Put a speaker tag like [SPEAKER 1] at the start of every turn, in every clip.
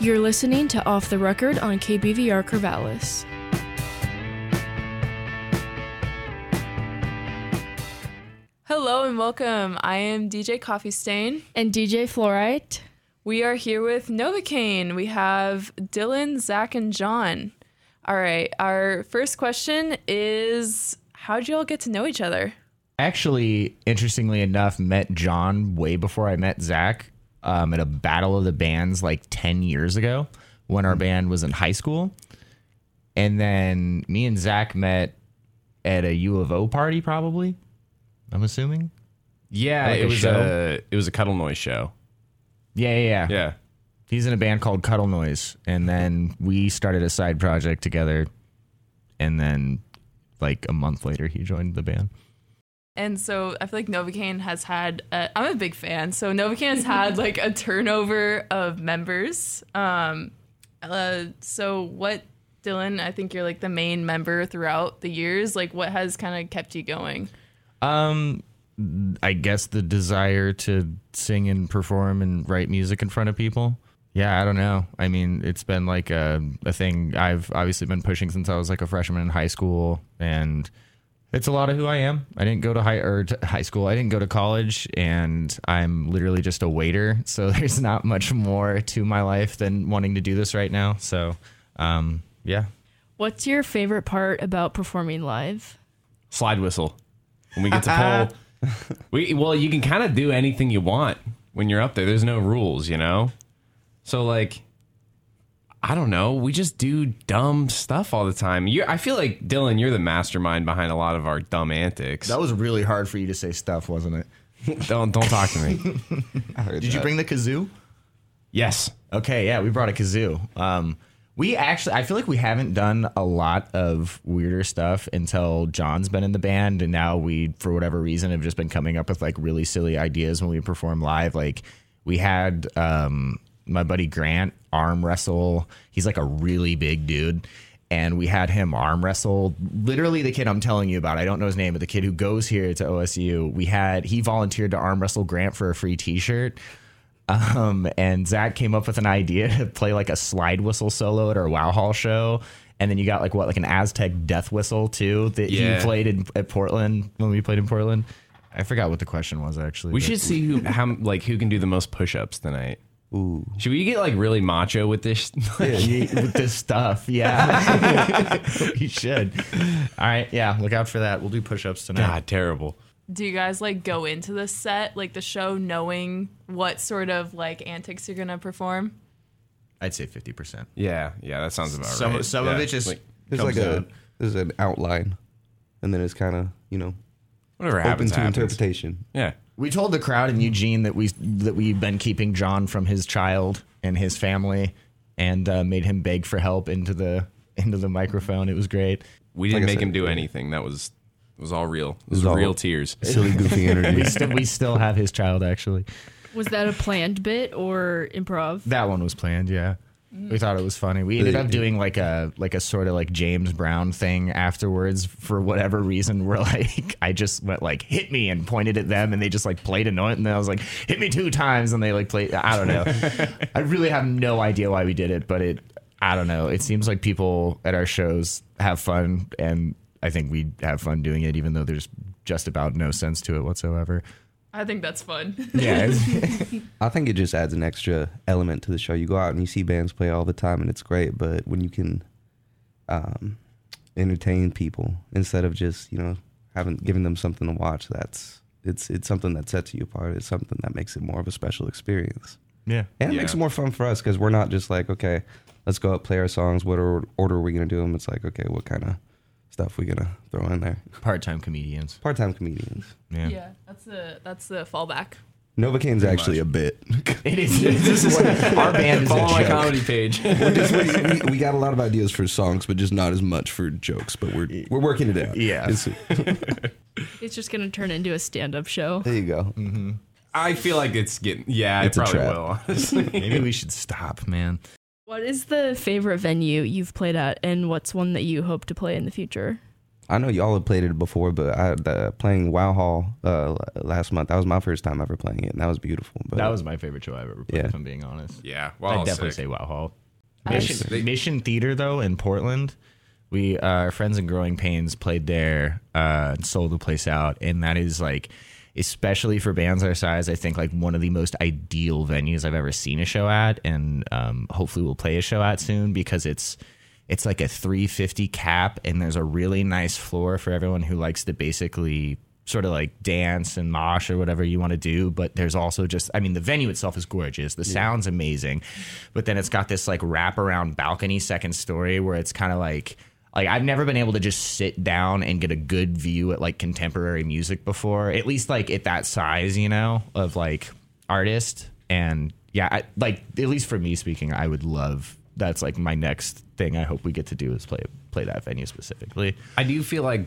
[SPEAKER 1] You're listening to Off the Record on KBVR Corvallis. Hello and welcome. I am DJ Coffee Stain.
[SPEAKER 2] And DJ Fluorite.
[SPEAKER 1] We are here with Novocaine. We have Dylan, Zach, and John. All right, our first question is How'd you all get to know each other?
[SPEAKER 3] actually, interestingly enough, met John way before I met Zach um, at a battle of the bands like 10 years ago when our band was in high school. And then me and Zach met at a U of O party, probably, I'm assuming.
[SPEAKER 4] Yeah,
[SPEAKER 3] Like
[SPEAKER 4] it
[SPEAKER 3] a
[SPEAKER 4] was
[SPEAKER 3] show?
[SPEAKER 4] a it was a cuddle noise show.
[SPEAKER 3] Yeah, yeah, yeah.
[SPEAKER 4] Yeah,
[SPEAKER 3] He's in a band called Cuddle Noise. And then we started a side project together. And then, like, a month later, he joined the band.
[SPEAKER 1] And so I feel like Novocaine has had, i I'm a big fan. So Novocaine has had like a turnover of members. Um, uh, so what, Dylan, I think you're like the main member throughout the years. Like what has kind of kept you going?
[SPEAKER 3] Um, I guess the desire to sing and perform and write music in front of people. Yeah, I don't know. I mean, it's been like a, a thing I've obviously been pushing since I was like a freshman in high school, and it's a lot of who I am. I didn't go to high or to high school. I didn't go to college, and I'm literally just a waiter. So there's not much more to my life than wanting to do this right now. So, um, yeah,
[SPEAKER 2] What's your favorite part about performing live?
[SPEAKER 4] slide whistle. When we get to pull, we well, you can kind of do anything you want when you're up there. There's no rules, you know. So like, I don't know. We just do dumb stuff all the time. You, I feel like Dylan, you're the mastermind behind a lot of our dumb antics.
[SPEAKER 3] was really hard for you to say stuff, wasn't it?
[SPEAKER 4] Don't don't talk to me.
[SPEAKER 3] Did you bring the kazoo?
[SPEAKER 4] yes,
[SPEAKER 3] Okay, yeah, we brought a kazoo. Um, we actually, I feel like we haven't done a lot of weirder stuff until John's been in the band, and now we, for whatever reason, have just been coming up with like really silly ideas when we perform live. Like we had um, my buddy Grant arm wrestle. He's like a really big dude. And we had him arm wrestle. Literally, the kid I'm telling you about, I don't know his name, but the kid who goes here to OSU, we had, he volunteered to arm wrestle Grant for a free t shirt. Um, and Zach came up with an idea to play like a slide whistle solo at our Wow Hall show. And then you got like what, like an Aztec death whistle too that
[SPEAKER 4] Yeah.
[SPEAKER 3] he played in at Portland when we played in Portland. I forgot what the question was actually.
[SPEAKER 4] we
[SPEAKER 3] but-
[SPEAKER 4] should see who how like who can do the most push-ups tonight. Ooh, should we get like really macho with this?
[SPEAKER 3] Yeah, with this stuff. Yeah, we should. All right, yeah, look out for that. We'll do push-ups tonight.
[SPEAKER 4] God, terrible.
[SPEAKER 1] Do you guys like go into the set, like the show, knowing what sort of like antics you're going to perform?
[SPEAKER 3] I'd say fifty percent.
[SPEAKER 4] Yeah, yeah, that sounds about
[SPEAKER 3] Some
[SPEAKER 4] right.
[SPEAKER 3] some of
[SPEAKER 4] Yeah,
[SPEAKER 3] it just
[SPEAKER 4] like,
[SPEAKER 5] There's
[SPEAKER 3] comes
[SPEAKER 5] like a
[SPEAKER 3] out.
[SPEAKER 5] there's an outline, and then it's kind of you know
[SPEAKER 4] whatever
[SPEAKER 5] open
[SPEAKER 4] happens.
[SPEAKER 5] to
[SPEAKER 4] happens.
[SPEAKER 5] interpretation.
[SPEAKER 4] Yeah,
[SPEAKER 3] We told the crowd in Eugene that we that we've been keeping John from his child and his family, and uh, made him beg for help into the into the microphone. It was great.
[SPEAKER 4] we didn't
[SPEAKER 5] Like I
[SPEAKER 4] make
[SPEAKER 5] said,
[SPEAKER 4] him do
[SPEAKER 5] yeah.
[SPEAKER 4] anything. That was it was all real. It was
[SPEAKER 5] was all-
[SPEAKER 4] real tears.
[SPEAKER 5] Silly, goofy
[SPEAKER 3] We
[SPEAKER 5] energy.
[SPEAKER 3] still we still have his child actually.
[SPEAKER 2] Was that a planned bit or improv?
[SPEAKER 3] That one was planned. Yeah. We thought it was funny. We ended up doing like a like a sort of like James Brown thing afterwards for whatever reason. We're like, I just went like hit me and pointed at them, and they just like played a note, and then I was like hit me two times, and they like played. I don't know. I really have no idea why we did it, but it. I don't know. It seems like people at our shows have fun, and I think we have fun doing it, even though there's just about no sense to it whatsoever.
[SPEAKER 1] I think that's fun.
[SPEAKER 3] Yeah,
[SPEAKER 5] I think it just adds an extra element to the show. You go out and you see bands play all the time, and it's great. But when you can um, entertain people instead of just you know having giving them something to watch, that's it's it's something that sets you apart. It's something that makes it more of a special experience.
[SPEAKER 3] yeah.
[SPEAKER 5] And it
[SPEAKER 4] Yeah.
[SPEAKER 5] makes it more fun for us because we're not just like, okay, let's go out, play our songs. What or- order are we going to do them? It's like, okay, what kind of stuff we going to throw in there?
[SPEAKER 3] Part time comedians.
[SPEAKER 5] Part time comedians.
[SPEAKER 3] Yeah.
[SPEAKER 1] yeah, that's the that's the fallback.
[SPEAKER 5] Novocaine's actually a bit.
[SPEAKER 3] It is. This is what our band is a
[SPEAKER 4] Follow my
[SPEAKER 3] joke.
[SPEAKER 4] comedy page.
[SPEAKER 5] We're just- we, we got a lot of ideas for songs, but just not as much for jokes. But we're we're working it out.
[SPEAKER 3] Yeah.
[SPEAKER 5] It's-
[SPEAKER 2] It's just going to turn into a stand up show.
[SPEAKER 5] there you go.
[SPEAKER 4] I feel like it's getting. Yeah,
[SPEAKER 5] It's a
[SPEAKER 4] it probably
[SPEAKER 5] trap.
[SPEAKER 4] will. Honestly,
[SPEAKER 3] Maybe we should stop, man.
[SPEAKER 2] What is the favorite venue you've played at and what's one that you hope to play in the future?
[SPEAKER 5] I know y'all have played it before, but I uh, playing Wow Hall uh, last month. That was my first time ever playing it, and that was beautiful. But
[SPEAKER 3] That was my favorite show I've ever played.
[SPEAKER 5] Yeah.
[SPEAKER 3] If I'm being honest,
[SPEAKER 4] Yeah.
[SPEAKER 3] I
[SPEAKER 4] Wow.
[SPEAKER 3] would definitely
[SPEAKER 4] sick.
[SPEAKER 3] say Wow Hall.
[SPEAKER 1] I-
[SPEAKER 3] Mission, Mission Theater though in Portland, we uh, our friends in Growing Pains played there uh, and sold the place out, and that is like, especially for bands our size, I think like one of the most ideal venues I've ever seen a show at, and um, hopefully we'll play a show at soon because it's. It's like a 350 cap, and there's a really nice floor for everyone who likes to basically sort of like dance and mosh or whatever you want to do. But there's also just, I mean, the venue itself is gorgeous. The sound's amazing, but then it's got this like wraparound balcony second story where it's kind of like, like I've never been able to just sit down and get a good view at like contemporary music before, at least like at that size, you know, of like artist. And yeah, I, like at least for me speaking, I would love that's like my next thing. I hope we get to do is play play that venue specifically.
[SPEAKER 4] I do feel like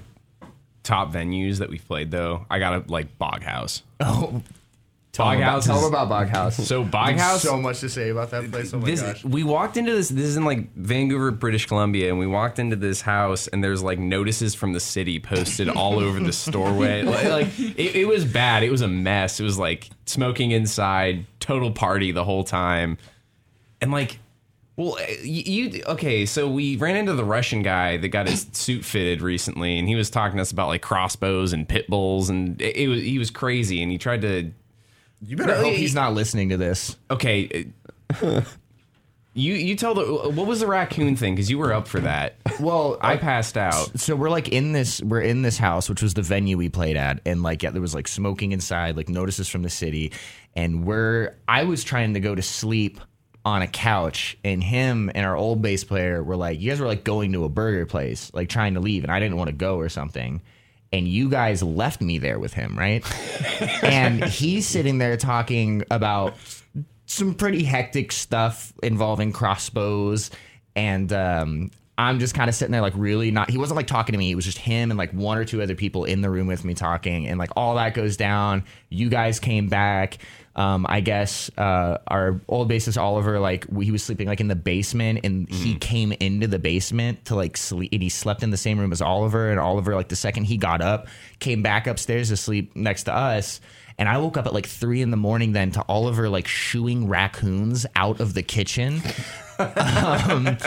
[SPEAKER 4] top venues that we've played though. I gotta like Boghouse.
[SPEAKER 3] Oh,
[SPEAKER 4] Bog House
[SPEAKER 6] Tell
[SPEAKER 4] is-
[SPEAKER 6] them about Boghouse.
[SPEAKER 4] So Boghouse.
[SPEAKER 6] so much to say about that place. Oh my
[SPEAKER 4] this
[SPEAKER 6] gosh.
[SPEAKER 4] we walked into this. This is in like Vancouver, British Columbia, and we walked into this house, and there's like notices from the city posted all over the doorway. Like, like, it, it was bad. It was a mess. It was like smoking inside, total party the whole time, and like. Well, eh, you, you okay? So we ran into the Russian guy that got his suit fitted recently, and he was talking to us about like crossbows and pit bulls, and it, it was he was crazy, and he tried to
[SPEAKER 3] you better hope he's not listening to this.
[SPEAKER 4] okay. uh, you you tell the uh, what was the raccoon thing because you were up for that.
[SPEAKER 3] Well,
[SPEAKER 4] I passed out.
[SPEAKER 3] so we're like in this we're in this house which was the venue we played at and like yeah, there was like smoking inside like notices from the city and we're i was trying to go to sleep on a couch and him and our old bass player were like you guys were like going to a burger place like trying to leave and i didn't want to go or something and you guys left me there with him right and he's sitting there talking about some pretty hectic stuff involving crossbows and um I'm just kind of sitting there like really not he wasn't like talking to me it was just him and like one or two other people in the room with me talking and like all that goes down you guys came back um I guess uh our old bassist Oliver like we, he was sleeping like in the basement and he came into the basement to like sleep and he slept in the same room as Oliver and Oliver like the second he got up came back upstairs to sleep next to us and I woke up at like three in the morning then to Oliver like shooing raccoons out of the kitchen. um,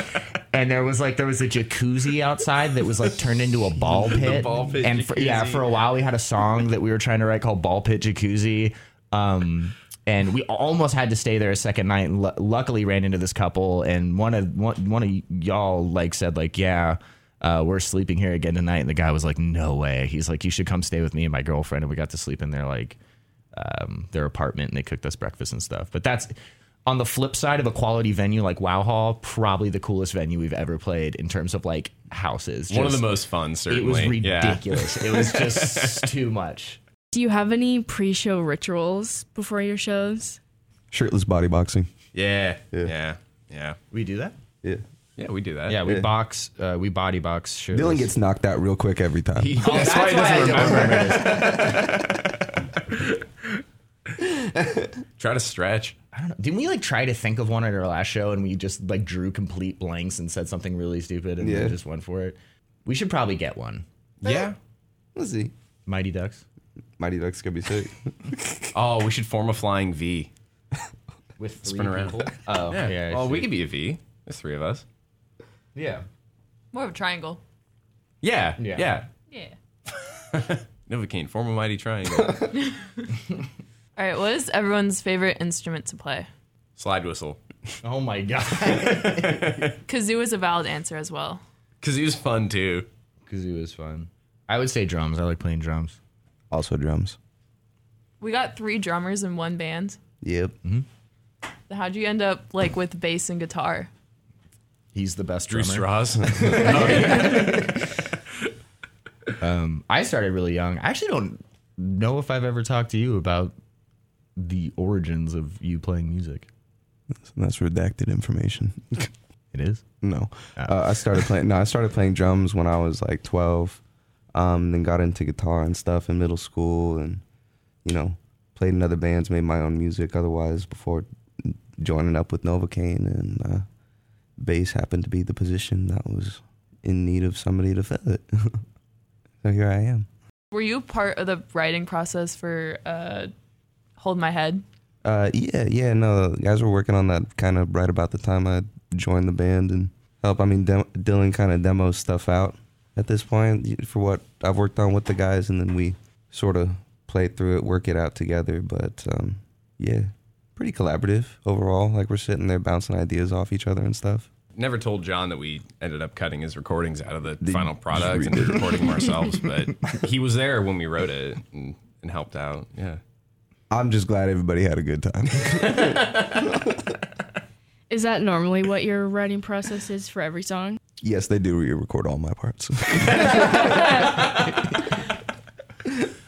[SPEAKER 3] and there was like there was a jacuzzi outside that was like turned into a ball pit.
[SPEAKER 4] ball pit
[SPEAKER 3] and for, yeah,
[SPEAKER 4] jacuzzi.
[SPEAKER 3] for a while we had a song that we were trying to write called Ball Pit Jacuzzi. Um, and we almost had to stay there a second night. And lu luckily, ran into this couple, and one of one, one of y'all like said like, "Yeah, uh, we're sleeping here again tonight." And the guy was like, "No way." He's like, "You should come stay with me and my girlfriend." And we got to sleep in there like um, their apartment and they cooked us breakfast and stuff. But that's on the flip side of a quality venue like Wow Hall, probably the coolest venue we've ever played in terms of like houses.
[SPEAKER 4] One of the
[SPEAKER 3] Just-
[SPEAKER 4] most fun,
[SPEAKER 3] It
[SPEAKER 4] certainly.
[SPEAKER 3] was
[SPEAKER 4] Yeah.
[SPEAKER 3] ridiculous. It was just too much.
[SPEAKER 2] Do you have any pre-show rituals before your shows?
[SPEAKER 5] shirtless body boxing.
[SPEAKER 4] Yeah. Yeah. Yeah. Yeah.
[SPEAKER 3] We do that.
[SPEAKER 5] Yeah,
[SPEAKER 4] we do that.
[SPEAKER 3] Yeah, we box, uh, we body box. shirtless.
[SPEAKER 5] Dylan gets knocked out real quick every time.
[SPEAKER 4] Oh, that's why he doesn't remember. Try to stretch.
[SPEAKER 3] I don't know. Didn't we like try to think of one at our last show and we just like drew complete blanks and said something really stupid and
[SPEAKER 5] Yeah.
[SPEAKER 3] then just went for it? We should probably get one.
[SPEAKER 4] Yeah.
[SPEAKER 5] Let's see.
[SPEAKER 3] Mighty Ducks
[SPEAKER 5] Mighty Ducks gonna be sick.
[SPEAKER 4] Oh, we should form a flying V.
[SPEAKER 3] with three
[SPEAKER 4] Spin around.
[SPEAKER 3] people. Oh yeah. I
[SPEAKER 4] oh,
[SPEAKER 3] see.
[SPEAKER 4] we could be a V. There's three of us.
[SPEAKER 3] yeah.
[SPEAKER 1] More of a triangle.
[SPEAKER 4] Yeah. Yeah.
[SPEAKER 3] Yeah.
[SPEAKER 1] Yeah.
[SPEAKER 4] Novocaine, form a mighty triangle.
[SPEAKER 1] All right. What is everyone's favorite instrument to play?
[SPEAKER 4] Slide whistle.
[SPEAKER 3] Oh my god.
[SPEAKER 1] Kazoo is a valid answer as well.
[SPEAKER 4] Because he was fun too.
[SPEAKER 3] Kazoo is fun. I would say drums. I like playing drums.
[SPEAKER 5] also drums.
[SPEAKER 1] We got three drummers in one band.
[SPEAKER 5] Yep.
[SPEAKER 1] How'd you end up like with bass and guitar?
[SPEAKER 3] He's the best
[SPEAKER 4] Drew
[SPEAKER 3] drummer.
[SPEAKER 4] Strauss.
[SPEAKER 3] I started really young. I actually don't know if I've ever talked to you about the origins of you playing music.
[SPEAKER 5] That's redacted information.
[SPEAKER 3] It is.
[SPEAKER 5] No, uh, I started playing. No, I started playing drums when I was like twelve. Um, then got into guitar and stuff in middle school, and you know, played in other bands, made my own music. Otherwise, before joining up with Novocaine, and uh, bass happened to be the position that was in need of somebody to fill it. So here I am.
[SPEAKER 1] Were you part of the writing process for uh, Hold My Head?
[SPEAKER 5] Uh, yeah, yeah, no, the guys were working on that kind of right about the time I joined the band and help. I mean, dem- Dylan kind of demos stuff out at this point for what I've worked on with the guys, and then we sort of play through it, work it out together. But um, yeah, pretty collaborative overall. Like we're sitting there bouncing ideas off each other and stuff.
[SPEAKER 4] Never told John that we ended up cutting his recordings out of the final product and recording them ourselves, but he was there when we wrote it and, and helped out. Yeah.
[SPEAKER 5] I'm just glad everybody had a good time.
[SPEAKER 2] Is that normally what your writing process is for every song?
[SPEAKER 5] yes, they do re-record all my parts.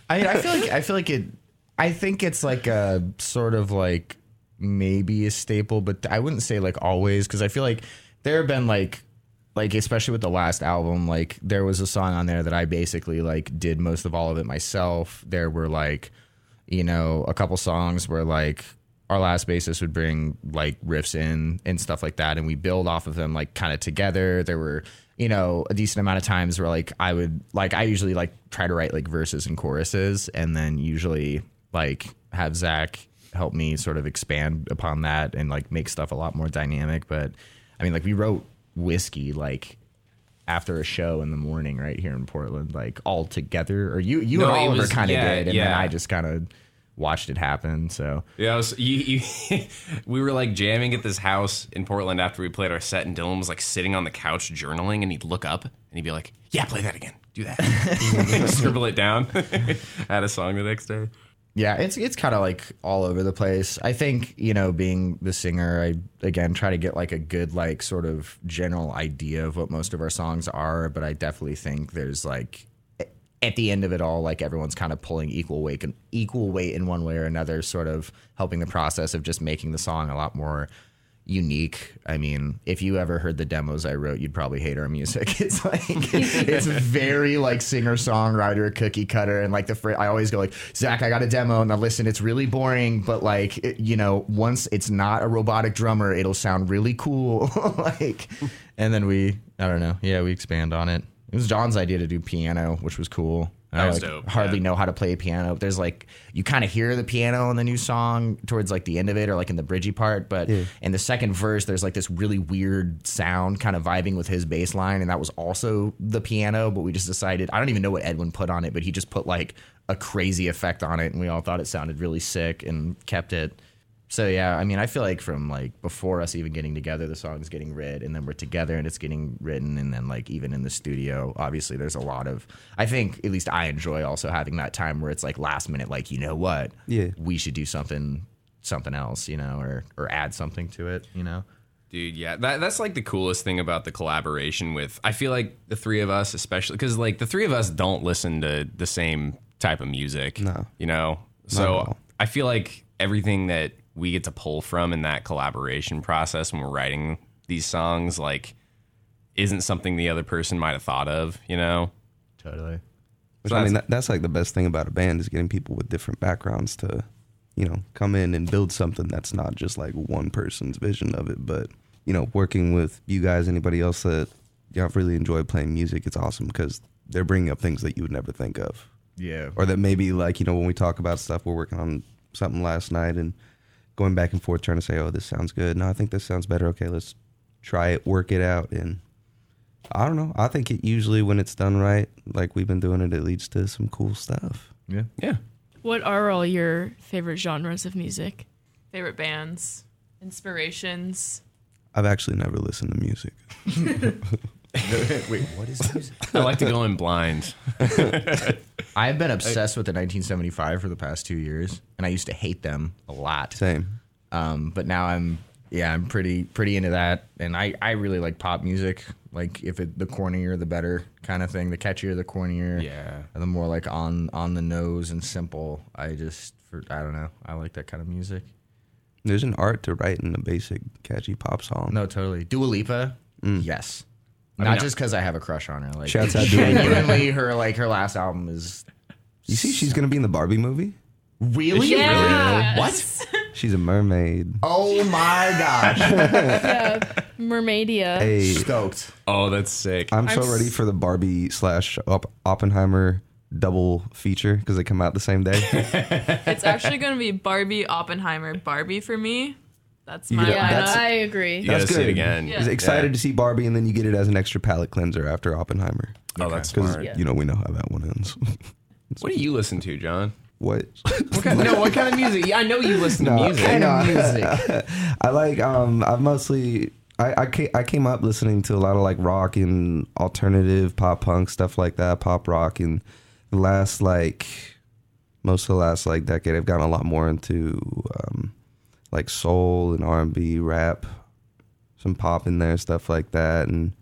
[SPEAKER 3] I mean, I feel like I feel like it. I think it's like a sort of like maybe a staple, but I wouldn't say like always because I feel like there have been like like especially with the last album, like there was a song on there that I basically like did most of all of it myself. There were like you know a couple songs where like our last bassist would bring like riffs in and stuff like that and we build off of them like kind of together there were you know a decent amount of times where like i would like i usually like try to write like verses and choruses and then usually like have zach help me sort of expand upon that and like make stuff a lot more dynamic but i mean like we wrote whiskey like after a show in the morning right here in portland like all together or you you
[SPEAKER 4] No,
[SPEAKER 3] and
[SPEAKER 4] it
[SPEAKER 3] oliver
[SPEAKER 4] was-
[SPEAKER 3] kind of
[SPEAKER 4] yeah,
[SPEAKER 3] did and then
[SPEAKER 4] yeah.
[SPEAKER 3] i just kind of watched it happen so
[SPEAKER 4] Yeah, I was, you, you, we were like jamming at this house in Portland after we played our set, and Dylan was like sitting on the couch journaling, and he'd look up and he'd be like, "Yeah, play that again, do that, scribble it down." Add a song the next day.
[SPEAKER 3] Yeah, it's it's kind of like all over the place. I think you know, being the singer, I again try to get like a good like sort of general idea of what most of our songs are. But I definitely think there's like a- at the end of it all, like everyone's kind of pulling equal weight and equal weight in one way or another, sort of helping the process of just making the song a lot more unique. I mean, if you ever heard the demos I wrote, you'd probably hate our music. It's like it's very like singer songwriter cookie cutter, and like the fr- I always go like Zach, I got a demo, and I listen. It's really boring, but like it- you know, once it's not a robotic drummer, it'll sound really cool. like, and then we I don't know, yeah, we expand on it. It was John's idea to do piano, which was cool.
[SPEAKER 4] That
[SPEAKER 3] I
[SPEAKER 4] was
[SPEAKER 3] like,
[SPEAKER 4] dope,
[SPEAKER 3] Hardly
[SPEAKER 4] yeah.
[SPEAKER 3] know how to play a piano. There's like you kind of hear the piano in the new song towards like the end of it or like in the bridgy part, but in the second verse there's like this really weird sound kind of vibing with his bass line, and that was also the piano. But we just decided I don't even know what Edwin put on it, but he just put like a crazy effect on it, and we all thought it sounded really sick and kept it. So yeah, I mean, I feel like from like before us even getting together, the song's getting read, and then we're together and it's getting written, and then like even in the studio, obviously there's a lot of. I think at least I enjoy also having that time where it's like last minute, like you know what,
[SPEAKER 5] Yeah.
[SPEAKER 3] we should do something, something else, you know, or or add something to it, you know.
[SPEAKER 4] Dude, yeah, that, that's like the coolest thing about the collaboration with. I feel like the three of us, especially because like the three of us don't listen to the same type of music.
[SPEAKER 5] No.
[SPEAKER 4] you know.
[SPEAKER 5] at
[SPEAKER 4] So
[SPEAKER 5] all.
[SPEAKER 4] I feel like everything that we get to pull from in that collaboration process when we're writing these songs, like, isn't something the other person might have thought of. You know,
[SPEAKER 3] Totally.
[SPEAKER 5] Which, I mean, that, that's like the best thing about a band is getting people with different backgrounds to, you know, come in and build something that's not just like one person's vision of it. But you know, working with you guys, anybody else that y'all really enjoy playing music, it's awesome because they're bringing up things that you would never think of,
[SPEAKER 3] Yeah.
[SPEAKER 5] or that maybe like you know when we talk about stuff, we're working on something last night and going back and forth trying to say, oh, this sounds good. No, I think this sounds better. Okay, let's try it, work it out, and I don't know. I think it usually when it's done right, like we've been doing it, it leads to some cool stuff.
[SPEAKER 3] Yeah.
[SPEAKER 4] yeah.
[SPEAKER 2] What are all your favorite genres of music?
[SPEAKER 1] Favorite bands, inspirations.
[SPEAKER 5] I've actually never listened to music.
[SPEAKER 3] Wait, what is music?
[SPEAKER 4] I like to go in blind.
[SPEAKER 3] I've been obsessed with the 1975 for the past two years, and I used to hate them a lot.
[SPEAKER 5] Same.
[SPEAKER 3] um, but now I'm yeah I'm pretty pretty into that, and I I really like pop music. Like if it the cornier the better kind of thing. The catchier the cornier.
[SPEAKER 4] Yeah.
[SPEAKER 3] And the more like on on the nose and simple. I just for, I don't know. I like that kind of music.
[SPEAKER 5] There's an art to writing a basic catchy pop song.
[SPEAKER 3] No, totally. Dua Lipa. Yes. Not
[SPEAKER 4] mean, I-
[SPEAKER 3] just because I have a crush on her. Like
[SPEAKER 5] Mm. Shouts out Dua Lipa.
[SPEAKER 3] genuinely, her like her last album is
[SPEAKER 5] You see, she's gonna be in the Barbie movie.
[SPEAKER 3] really
[SPEAKER 1] Yeah.
[SPEAKER 3] really what?
[SPEAKER 5] She's a mermaid.
[SPEAKER 3] Oh my gosh!
[SPEAKER 2] Mermaidia.
[SPEAKER 5] Hey,
[SPEAKER 6] Stoked.
[SPEAKER 4] Oh, that's sick.
[SPEAKER 5] I'm so
[SPEAKER 2] I'm
[SPEAKER 5] ready
[SPEAKER 2] s-
[SPEAKER 5] for the Barbie slash Op- Oppenheimer double feature because they come out the same day.
[SPEAKER 1] It's actually going to be Barbie, Oppenheimer, Barbie for me. That's
[SPEAKER 5] You
[SPEAKER 1] my
[SPEAKER 5] know,
[SPEAKER 2] yeah,
[SPEAKER 5] that's-
[SPEAKER 1] lineup.
[SPEAKER 2] I agree.
[SPEAKER 4] you gotta
[SPEAKER 5] that's
[SPEAKER 4] see it
[SPEAKER 5] good.
[SPEAKER 4] again.
[SPEAKER 1] Yeah.
[SPEAKER 5] Is excited to see Barbie, and then you get it as an extra palate cleanser after Oppenheimer.
[SPEAKER 4] Oh, that's
[SPEAKER 5] Because
[SPEAKER 4] smart.
[SPEAKER 2] Yeah.
[SPEAKER 5] you know we know how that one ends.
[SPEAKER 4] What do you listen to, John?
[SPEAKER 5] what?
[SPEAKER 4] What kind, no, what kind of music? Yeah, I know you listen to music.
[SPEAKER 5] I know.
[SPEAKER 3] music.
[SPEAKER 5] I like. Um, I've mostly. I, I, ca- I came up listening to a lot of like rock and alternative pop punk stuff like that, pop rock, and the last like most of the last like decade, I've gotten a lot more into um, like soul and R and B, rap, some pop in there, stuff like that, and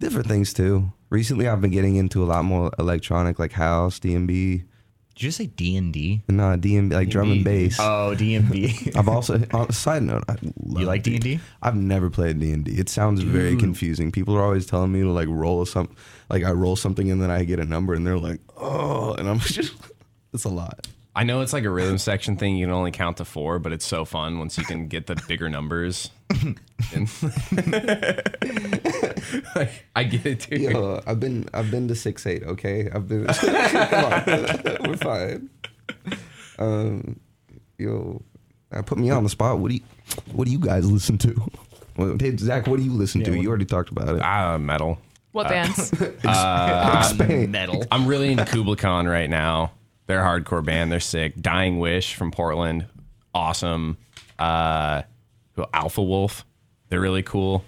[SPEAKER 5] different things too. Recently, I've been getting into a lot more electronic, like house, DMB,
[SPEAKER 3] Did you just say D and D?
[SPEAKER 5] no DMB, like drum and bass.
[SPEAKER 3] Oh, D and B.
[SPEAKER 5] I've also on a side note, I love
[SPEAKER 3] You like D and D?
[SPEAKER 5] I've never played D and D. It sounds very
[SPEAKER 4] Mm.
[SPEAKER 5] confusing. People are always telling me to like roll some, like I roll something and then I get a number, and they're like, oh, and I'm just, it's a lot.
[SPEAKER 4] I know it's like a rhythm section thing. You can only count to four, but it's so fun once you can get the bigger numbers. And- Like, I get it, dude.
[SPEAKER 5] Yo, I've been, I've been to six eight. Okay, I've been. Come on. we're fine. Um, yo, uh, put me on the spot. What do you, what do you guys listen to? Well, hey, Zach, what do you listen to? You already talked about it.
[SPEAKER 4] Ah, metal.
[SPEAKER 1] What
[SPEAKER 3] uh,
[SPEAKER 1] bands?
[SPEAKER 5] Expand.
[SPEAKER 3] Um, Metal.
[SPEAKER 4] I'm really into Kubla Khan right now. They're a hardcore band. They're sick. Dying Wish from Portland. Awesome. Uh, who- Alpha Wolf. They're really cool.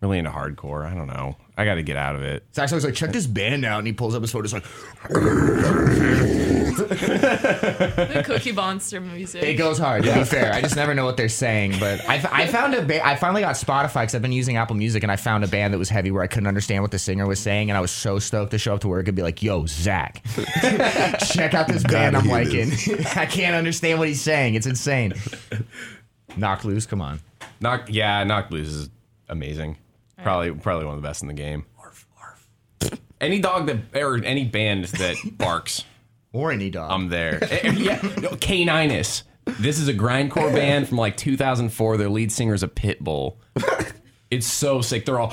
[SPEAKER 4] Really into hardcore. I don't know. I got to get out of it.
[SPEAKER 3] Zach's always like, check this band out, and he pulls up his phone. It's like
[SPEAKER 1] the Cookie Monster music.
[SPEAKER 3] it goes hard. To be fair, I just never know what they're saying. But I, I found a ba- I finally got Spotify because I've been using Apple Music, and I found a band that was heavy where I couldn't understand what the singer was saying, and I was so stoked to show up to work and be like, "Yo, Zach, check out this band I'm
[SPEAKER 5] hear
[SPEAKER 3] liking. I can't understand what he's saying. It's insane." Knock loose, come on.
[SPEAKER 4] Knock, yeah, Knock Blues is amazing. Probably, probably one of the best in the game. Any dog that or any band that barks,
[SPEAKER 3] Or any dog.
[SPEAKER 4] I'm there. Eh, yeah, no, Caninus. This is a grindcore band from like 2004. Their lead singer is a pit bull. It's so sick. They're all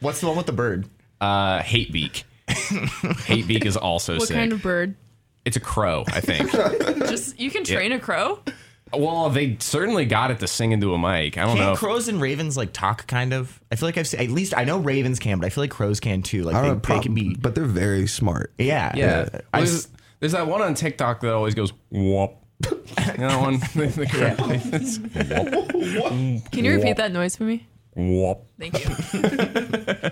[SPEAKER 3] What's the one with the bird?
[SPEAKER 4] uh, hate beak. Hate beak is also
[SPEAKER 2] What
[SPEAKER 4] sick.
[SPEAKER 2] kind of bird?
[SPEAKER 4] it's a crow, I think.
[SPEAKER 1] Just you can train a crow.
[SPEAKER 4] well, they certainly got it to sing into a mic. I don't
[SPEAKER 3] Can
[SPEAKER 4] know. if-
[SPEAKER 3] crows and ravens like talk? Kind of. I feel like I've seen, at least I know ravens can, but I feel like crows can too. Like
[SPEAKER 5] I
[SPEAKER 3] they,
[SPEAKER 5] don't know,
[SPEAKER 3] they can
[SPEAKER 5] prob-
[SPEAKER 3] be.
[SPEAKER 5] Uh, but they're very smart.
[SPEAKER 3] Yeah.
[SPEAKER 4] Yeah.
[SPEAKER 3] I
[SPEAKER 4] there's,
[SPEAKER 3] s-
[SPEAKER 4] there's that one on TikTok that always goes whoop. You know that one? The crow.
[SPEAKER 1] Can you repeat that noise for me?
[SPEAKER 4] Whoop.
[SPEAKER 1] Thank you.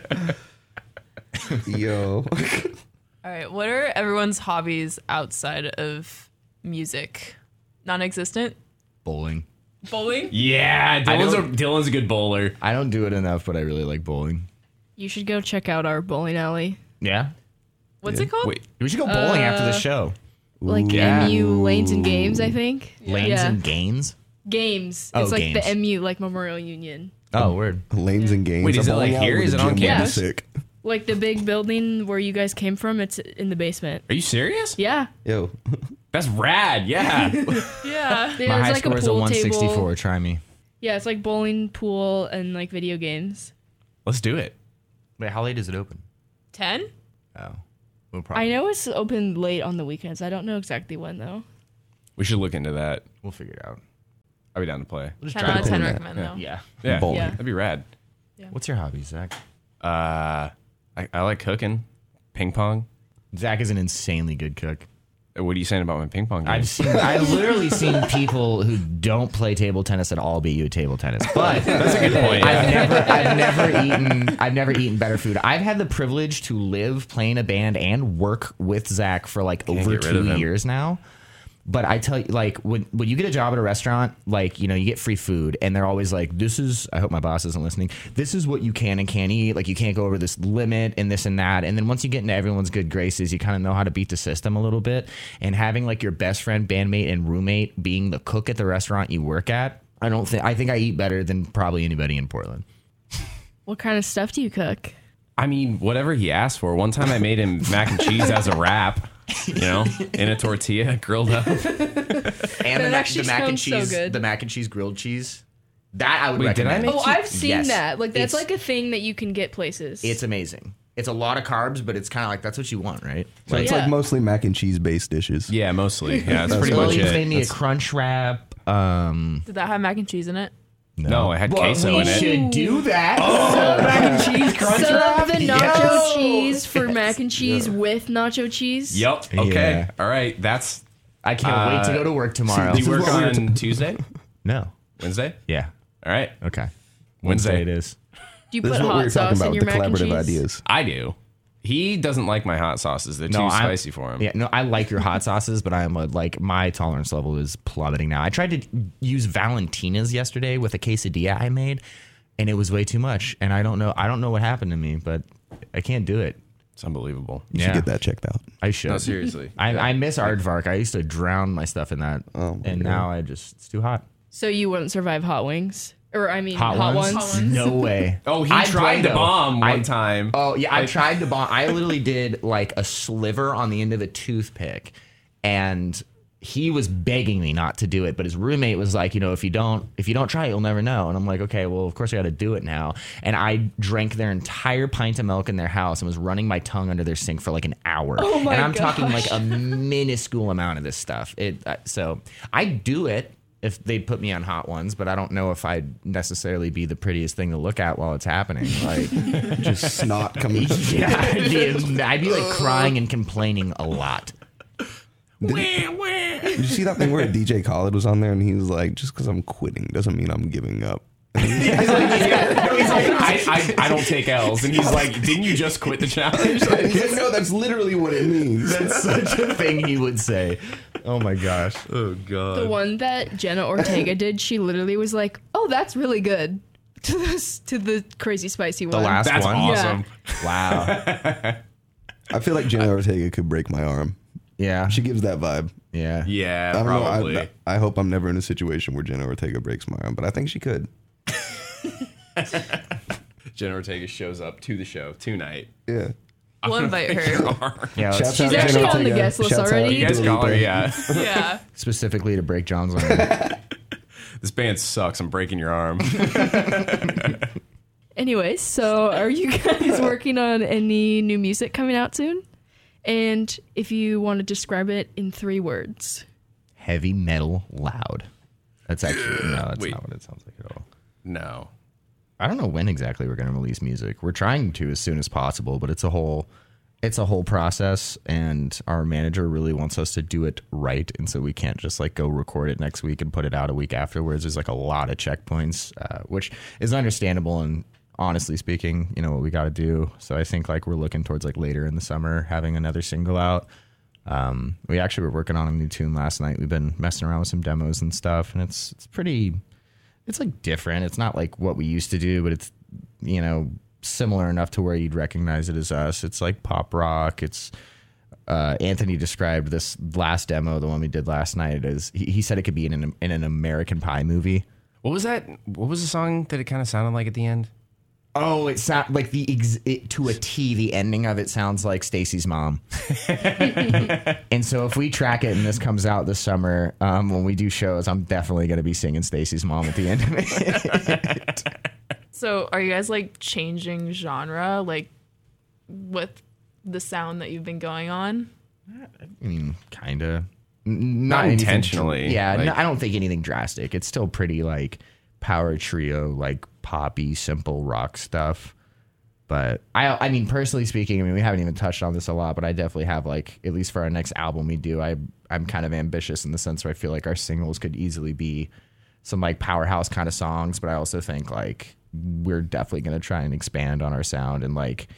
[SPEAKER 5] Yo.
[SPEAKER 1] All right. What are everyone's hobbies outside of music? Non-existent.
[SPEAKER 3] bowling.
[SPEAKER 1] Bowling.
[SPEAKER 4] Yeah, Dylan's a,
[SPEAKER 3] don't-
[SPEAKER 4] Dylan's a good bowler.
[SPEAKER 3] I don't do it enough, but I really like bowling.
[SPEAKER 2] You should go check out our bowling alley.
[SPEAKER 3] Yeah.
[SPEAKER 1] What's it called?
[SPEAKER 4] Wait,
[SPEAKER 3] We should go bowling after
[SPEAKER 2] Uh,
[SPEAKER 3] the show.
[SPEAKER 2] Like MU Lanes and Games, I think.
[SPEAKER 3] Lanes
[SPEAKER 2] yeah.
[SPEAKER 3] and gains.
[SPEAKER 2] Games.
[SPEAKER 3] Oh,
[SPEAKER 2] it's like
[SPEAKER 3] games.
[SPEAKER 2] the MU, like Memorial Union.
[SPEAKER 3] Oh, word.
[SPEAKER 5] Lanes and games.
[SPEAKER 4] Wait, is
[SPEAKER 5] A
[SPEAKER 4] it, like,
[SPEAKER 5] bowling alley
[SPEAKER 4] here?
[SPEAKER 5] with
[SPEAKER 4] Is
[SPEAKER 5] a
[SPEAKER 4] it on
[SPEAKER 5] gym would be
[SPEAKER 2] campus?
[SPEAKER 5] Sick.
[SPEAKER 2] Like the big building where you guys came from, it's in the basement.
[SPEAKER 4] are you serious?
[SPEAKER 2] Yeah.
[SPEAKER 5] Yo.
[SPEAKER 4] That's rad. Yeah.
[SPEAKER 1] Yeah.
[SPEAKER 2] There's
[SPEAKER 3] My high
[SPEAKER 2] like
[SPEAKER 3] score
[SPEAKER 2] a
[SPEAKER 3] is a
[SPEAKER 2] pool
[SPEAKER 3] 164.
[SPEAKER 2] table.
[SPEAKER 3] Try me.
[SPEAKER 2] Yeah, it's like bowling, pool, and like video games.
[SPEAKER 4] Let's do it.
[SPEAKER 3] Wait, how late is it open?
[SPEAKER 1] Ten.
[SPEAKER 3] Oh. We'll probably,
[SPEAKER 2] I know it's open late on the weekends. I don't know exactly when though.
[SPEAKER 4] We should look into that.
[SPEAKER 3] We'll figure it out.
[SPEAKER 4] I'll be down to play.
[SPEAKER 3] We'll just
[SPEAKER 1] Ten
[SPEAKER 3] try
[SPEAKER 1] out
[SPEAKER 3] it.
[SPEAKER 1] of ten
[SPEAKER 5] Yeah.
[SPEAKER 1] recommend though.
[SPEAKER 3] Yeah.
[SPEAKER 4] Yeah.
[SPEAKER 5] Bowling.
[SPEAKER 2] Yeah.
[SPEAKER 4] That'd be rad.
[SPEAKER 3] What's your hobby, Zach?
[SPEAKER 4] Uh, I, I like cooking, ping pong. Uh,
[SPEAKER 3] Zach is an insanely good cook.
[SPEAKER 4] What are you saying about my ping pong game?
[SPEAKER 3] I've seen, I've literally seen people who don't play table tennis at all beat you at table tennis. But
[SPEAKER 4] That's a good point. yeah.
[SPEAKER 3] I've never, I've never eaten, I've never eaten better food. I've had the privilege to live playing a band and work with Zach for like over
[SPEAKER 4] get rid of
[SPEAKER 3] two
[SPEAKER 4] him.
[SPEAKER 3] years now. But I tell you, like when when you get a job at a restaurant, like you know, you get free food, and they're always like, "This is." I hope my boss isn't listening. This is what you can and can't eat. Like you can't go over this limit and this and that. And then once you get into everyone's good graces, you kind of know how to beat the system a little bit. And having like your best friend, bandmate, and roommate being the cook at the restaurant you work at, I don't think I think I eat better than probably anybody in Portland.
[SPEAKER 2] What kind of stuff do you cook?
[SPEAKER 4] I mean, whatever he asked for. One time I made him mac and cheese as a wrap, you know, in a tortilla, grilled up.
[SPEAKER 3] and the,
[SPEAKER 2] That
[SPEAKER 3] ma-
[SPEAKER 2] actually
[SPEAKER 3] the mac and
[SPEAKER 2] sounds so
[SPEAKER 3] cheese,
[SPEAKER 2] good.
[SPEAKER 3] the mac and cheese grilled cheese. That I would
[SPEAKER 4] Wait, did I
[SPEAKER 3] recommend.
[SPEAKER 4] make-
[SPEAKER 2] Oh, I've seen
[SPEAKER 3] Yes.
[SPEAKER 2] that. Like that's like
[SPEAKER 3] It's-
[SPEAKER 2] a thing that you can get places.
[SPEAKER 3] It's amazing. It's a lot of carbs, but it's kind of like that's what you want, right?
[SPEAKER 5] So it's
[SPEAKER 2] Yeah.
[SPEAKER 5] like mostly mac and cheese based dishes.
[SPEAKER 4] Yeah, mostly. Yeah, that's pretty
[SPEAKER 5] Well,
[SPEAKER 4] much
[SPEAKER 5] you
[SPEAKER 4] it.
[SPEAKER 3] made me a crunch wrap. Um,
[SPEAKER 1] Did that have mac and cheese in it?
[SPEAKER 4] No, it had queso
[SPEAKER 3] we
[SPEAKER 4] in it.
[SPEAKER 3] should do that. mac and cheese crunch
[SPEAKER 2] Sub the nacho
[SPEAKER 3] Yes.
[SPEAKER 2] cheese for mac and cheese with nacho cheese.
[SPEAKER 4] Yep. Okay.
[SPEAKER 3] Yeah.
[SPEAKER 4] All right. That's.
[SPEAKER 3] I can't wait to go to Uh, work tomorrow.
[SPEAKER 4] Do you work on Tuesday?
[SPEAKER 3] no.
[SPEAKER 4] Wednesday?
[SPEAKER 3] Yeah.
[SPEAKER 4] All right.
[SPEAKER 3] Okay.
[SPEAKER 4] Wednesday.
[SPEAKER 3] it is.
[SPEAKER 2] Do you
[SPEAKER 5] This
[SPEAKER 2] put
[SPEAKER 5] is what we
[SPEAKER 2] hot
[SPEAKER 5] were
[SPEAKER 2] sauce
[SPEAKER 5] talking
[SPEAKER 2] in
[SPEAKER 5] about
[SPEAKER 2] your
[SPEAKER 5] with the
[SPEAKER 2] mac and cheese?
[SPEAKER 5] collaborative ideas.
[SPEAKER 4] I do. He doesn't like my hot sauces. They're too
[SPEAKER 3] I'm-
[SPEAKER 4] spicy for him.
[SPEAKER 3] Yeah, no, I like your hot sauces, but I'm a, like my tolerance level is plummeting now. I tried to use Valentina's yesterday with a quesadilla I made, and it was way too much. And I don't know, I don't know what happened to me, but I can't do it.
[SPEAKER 4] It's unbelievable.
[SPEAKER 5] You
[SPEAKER 3] Yeah.
[SPEAKER 5] should get that checked out.
[SPEAKER 3] I should.
[SPEAKER 4] No, seriously.
[SPEAKER 3] I, I miss aardvark. I used to drown my stuff in that,
[SPEAKER 4] Oh
[SPEAKER 5] my
[SPEAKER 3] and now I just it's too hot.
[SPEAKER 2] So you wouldn't survive hot wings, or I mean hot, ones.
[SPEAKER 3] No way.
[SPEAKER 4] Oh, he
[SPEAKER 3] I
[SPEAKER 4] tried
[SPEAKER 3] though.
[SPEAKER 4] to bomb
[SPEAKER 3] I-
[SPEAKER 4] one time.
[SPEAKER 3] Oh yeah, I tried to bomb. I literally did like a sliver on the end of a toothpick, and he was begging me not to do it. But his roommate was like, you know, if you don't, if you don't try it, you'll never know. And I'm like, okay, well, of course I got to do it now. And I drank their entire pint of milk in their house and was running my tongue under their sink for like an hour. Oh
[SPEAKER 2] my
[SPEAKER 3] And I'm talking like a minuscule amount of this stuff. It uh, so I do it. If they'd put me on hot ones, but I don't know if I'd necessarily be the prettiest thing to look at while it's happening. Like,
[SPEAKER 5] Just snot coming.
[SPEAKER 3] yeah, I'd be, I'd be like crying and complaining a lot.
[SPEAKER 5] Did you see that thing where DJ Khaled was on there and he was like, just because I'm quitting doesn't mean I'm giving up.
[SPEAKER 4] I, I, I don't take L's. And he's like, didn't you just quit the challenge?
[SPEAKER 5] He's like, no, that's literally what it means.
[SPEAKER 3] That's such a thing he would say. Oh my gosh.
[SPEAKER 4] Oh, God.
[SPEAKER 2] The one that Jenna Ortega did, she literally was like, "Oh, that's really good." To this, to the crazy spicy one.
[SPEAKER 4] That's awesome.
[SPEAKER 3] Wow.
[SPEAKER 5] I feel like Jenna Ortega could break my arm.
[SPEAKER 3] Yeah.
[SPEAKER 5] She gives that vibe.
[SPEAKER 3] Yeah.
[SPEAKER 4] Yeah,
[SPEAKER 5] I don't
[SPEAKER 4] probably.
[SPEAKER 5] know. I, I hope I'm never in a situation where Jenna Ortega breaks my arm, but I think she could.
[SPEAKER 4] Jenna Ortega shows up to the show tonight.
[SPEAKER 5] Yeah.
[SPEAKER 1] We'll invite her.
[SPEAKER 3] Yeah. let's-
[SPEAKER 5] Shouts out Jenna
[SPEAKER 2] Uh, actually on the
[SPEAKER 5] Ortega.
[SPEAKER 2] guest list
[SPEAKER 5] Shouts out
[SPEAKER 2] already.
[SPEAKER 4] You guys
[SPEAKER 5] Dua
[SPEAKER 4] call her,
[SPEAKER 5] Lipa.
[SPEAKER 4] yeah.
[SPEAKER 1] yeah.
[SPEAKER 3] specifically to break John's arm.
[SPEAKER 4] This band sucks. I'm breaking your arm.
[SPEAKER 2] Anyway, so are you guys working on any new music coming out soon? And if you want to describe it in three words,
[SPEAKER 3] Heavy metal loud. That's actually no. That's
[SPEAKER 4] Wait.
[SPEAKER 3] not what it sounds like at all.
[SPEAKER 4] No.
[SPEAKER 3] I don't know when exactly we're going to release music. We're trying to as soon as possible, but it's a whole it's a whole process and our manager really wants us to do it right and so we can't just like go record it next week and put it out a week afterwards. There's like a lot of checkpoints, uh, which is understandable and honestly speaking, you know what we got to do. So I think like we're looking towards like later in the summer having another single out. Um, we actually were working on a new tune last night. We've been messing around with some demos and stuff and it's it's pretty it's like different. It's not like what we used to do, but it's you know similar enough to where you'd recognize it as us. It's like pop rock. It's uh, Anthony described this last demo, the one we did last night, as he, he said it could be in an in an American Pie movie.
[SPEAKER 4] What was that? What was the song that it kind of sounded like at the end?
[SPEAKER 3] Oh, it's not like the ex- it, to a T. The ending of it sounds like Stacy's mom. and so, if we track it and this comes out this summer, um, when we do shows, I'm definitely going to be singing Stacy's mom at the end of it.
[SPEAKER 1] So are you guys like changing genre, like with the sound that you've been going on?
[SPEAKER 3] I mean, kind of. Not, anything-
[SPEAKER 4] intentionally,
[SPEAKER 3] yeah, no,
[SPEAKER 4] like-
[SPEAKER 3] I don't think anything drastic. It's still pretty like power trio, like poppy, simple rock stuff. But I, I mean, personally speaking, I mean, we haven't even touched on this a lot, but I definitely have like, at least for our next album we do, I, I'm kind of ambitious in the sense where I feel like our singles could easily be some like powerhouse kind of songs, but I also think like we're definitely going to try and expand on our sound and like,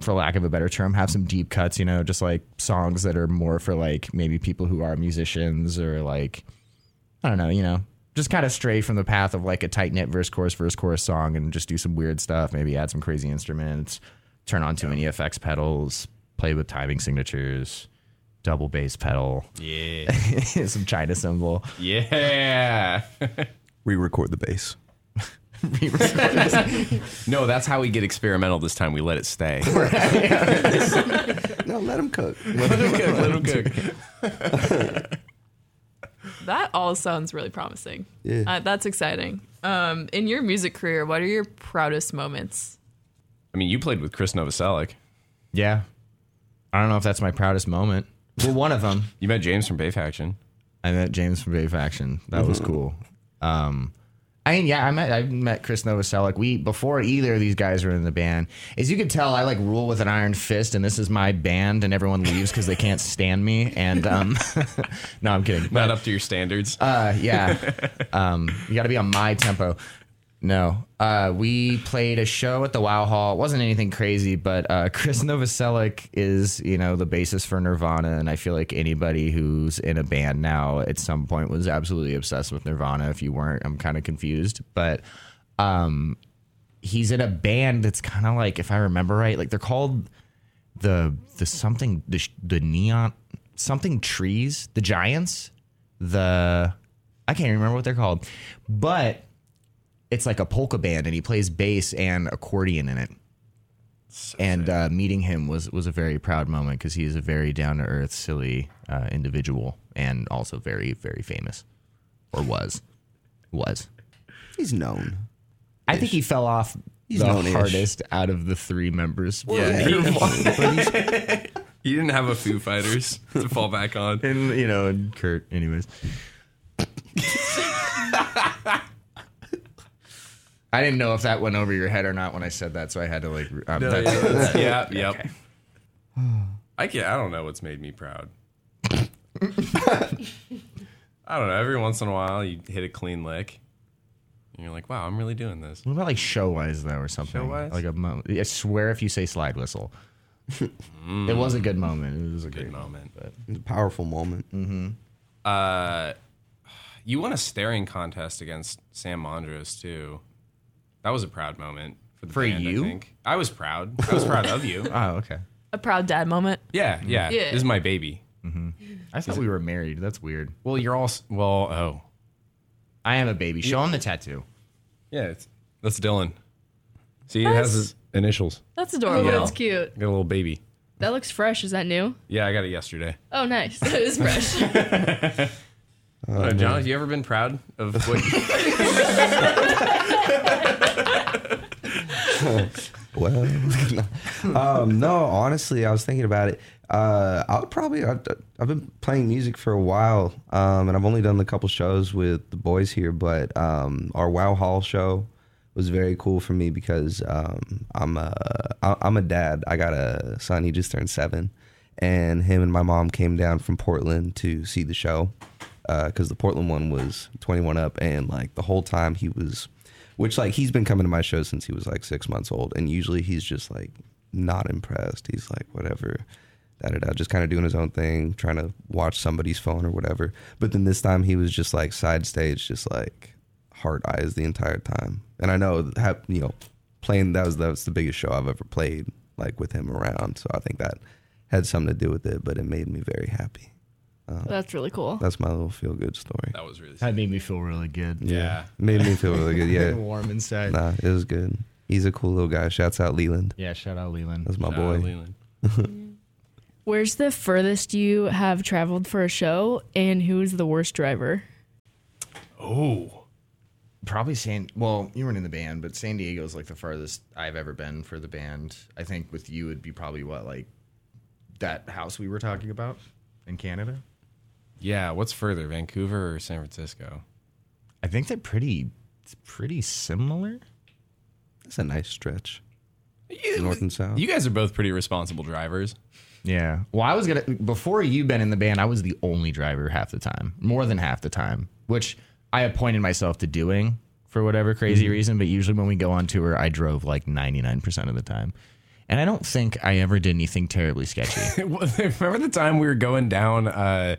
[SPEAKER 3] for lack of a better term, have some deep cuts, you know, just like songs that are more for like maybe people who are musicians or like, I don't know, you know, just kind of stray from the path of like a tight knit verse chorus, verse chorus song and just do some weird stuff, maybe add some crazy instruments, turn on too many effects pedals, play with timing signatures, double bass pedal,
[SPEAKER 4] Yeah.
[SPEAKER 3] some China cymbal.
[SPEAKER 4] Yeah.
[SPEAKER 5] Re-record the bass.
[SPEAKER 4] No, that's how we get experimental this time. We let it stay.
[SPEAKER 5] No, let him cook.
[SPEAKER 4] let him cook. Let him cook.
[SPEAKER 1] that all sounds really promising.
[SPEAKER 5] Yeah.
[SPEAKER 1] Uh, that's exciting. Um, in your music career, what are your proudest moments?
[SPEAKER 4] I mean, you played with Chris Novoselic.
[SPEAKER 3] Yeah. I don't know if that's my proudest moment. Well, one of them.
[SPEAKER 4] You met James from Bay Faction.
[SPEAKER 3] I met James from Bay Faction. That was cool. Um, I mean, yeah, I met I met Chris Novoselic. We before either of these guys were in the band. As you could tell, I like rule with an iron fist, and this is my band, and everyone leaves because they can't stand me. And um, no, I'm kidding.
[SPEAKER 4] Not up to your standards.
[SPEAKER 3] Uh, yeah. um, you got to be on my tempo. No. Uh, we played a show at the Wow Hall. It wasn't anything crazy, but uh, Chris Novoselic is, you know, the basis for Nirvana. And I feel like anybody who's in a band now at some point was absolutely obsessed with Nirvana. If you weren't, I'm kind of confused. But um, he's in a band that's kind of like, if I remember right, like they're called the the something the sh- the neon something trees the giants the I can't even remember what they're called but it's like a polka band and he plays bass and accordion in it and uh, meeting him was was a very proud moment because he is a very down to earth silly uh, individual and also very very famous or was was
[SPEAKER 5] He's known.
[SPEAKER 3] I think he fell off
[SPEAKER 5] He's
[SPEAKER 3] the
[SPEAKER 5] known-ish.
[SPEAKER 3] hardest out of the three members
[SPEAKER 4] yeah, he, he didn't have a Foo Fighters to fall back on.
[SPEAKER 3] and you know and Kurt anyways I didn't know if that went over your head or not when I said that so I had to like re- um, that's-
[SPEAKER 4] yeah, yep. I can I don't know what's made me proud. I don't know. Every once in a while, you hit a clean lick, and you're like, "Wow, I'm really doing this."
[SPEAKER 3] What about like show wise though, or something?
[SPEAKER 4] Show-wise?
[SPEAKER 3] Like a moment. I swear, if you say slide whistle, it was a good moment. It was a
[SPEAKER 4] Good
[SPEAKER 3] good moment.
[SPEAKER 4] moment.
[SPEAKER 5] It's a powerful moment.
[SPEAKER 4] Uh, you won a staring contest against Sam Mondros too. That was a proud moment for the
[SPEAKER 3] For
[SPEAKER 4] band,
[SPEAKER 3] you?
[SPEAKER 4] I, think. I was proud. I was proud of you.
[SPEAKER 3] Oh, okay.
[SPEAKER 1] A proud dad moment.
[SPEAKER 4] Yeah, yeah.
[SPEAKER 1] Yeah.
[SPEAKER 4] This is my baby.
[SPEAKER 3] I thought we were married. That's weird.
[SPEAKER 4] Well, you're all s- well. Oh,
[SPEAKER 3] I am a baby. Show him the tattoo.
[SPEAKER 4] yeah. It's, that's Dylan. See, it has his initials.
[SPEAKER 1] That's
[SPEAKER 2] Oh,
[SPEAKER 1] adorable.
[SPEAKER 2] that's cute.
[SPEAKER 4] I got a little baby.
[SPEAKER 2] That looks fresh. Is that new?
[SPEAKER 4] Yeah, I got it yesterday.
[SPEAKER 2] Oh, nice. That is fresh.
[SPEAKER 4] Uh, John, have you ever been proud of what?
[SPEAKER 5] Well, no. um, no, honestly, I was thinking about it. Uh, I would probably, I've, I've been playing music for a while, um, and I've only done a couple shows with the boys here, but um, our Wow Hall show was very cool for me because um, I'm, a, I- I'm a dad. I got a son, he just turned seven, and him and my mom came down from Portland to see the show because the Portland one was 21 up, and like the whole time he was, which like he's been coming to my show since he was like six months old, and usually he's just like not impressed. He's like whatever, da da da, just kind of doing his own thing, trying to watch somebody's phone or whatever. But then this time he was just like side stage, just like hard eyes the entire time, and I know ha- you know playing that was that was the biggest show I've ever played like with him around, so I think that had something to do with it, but it made me very happy.
[SPEAKER 2] that's really cool.
[SPEAKER 5] That's my little feel good story.
[SPEAKER 4] that was really.
[SPEAKER 3] That made me feel really good.
[SPEAKER 4] Yeah.
[SPEAKER 5] Made me feel really good. Yeah.
[SPEAKER 3] warm inside.
[SPEAKER 5] Nah, it was good. He's a cool little guy. Shouts out Leland.
[SPEAKER 3] Yeah. Shout out Leland.
[SPEAKER 5] That's my
[SPEAKER 4] Shout out
[SPEAKER 5] boy.
[SPEAKER 4] Leland.
[SPEAKER 2] Where's the furthest you have traveled for a show, and who's the worst driver?
[SPEAKER 4] Oh,
[SPEAKER 3] Probably San. Well, you weren't in the band, but San Diego is like the farthest I've ever been for the band. I think with you it'd be probably what like that house we were talking about in Canada.
[SPEAKER 4] yeah. What's further, Vancouver or San Francisco?
[SPEAKER 3] I think they're pretty it's pretty similar.
[SPEAKER 5] That's a nice stretch. North and south.
[SPEAKER 4] You guys are both pretty responsible drivers.
[SPEAKER 3] Yeah. Well, I was gonna before you've been in the band, I was the only driver half the time, more than half the time, which I appointed myself to doing for whatever crazy reason. But usually when we go on tour, I drove like ninety nine percent of the time, and I don't think I ever did anything terribly sketchy.
[SPEAKER 4] Remember the time we were going down? Uh,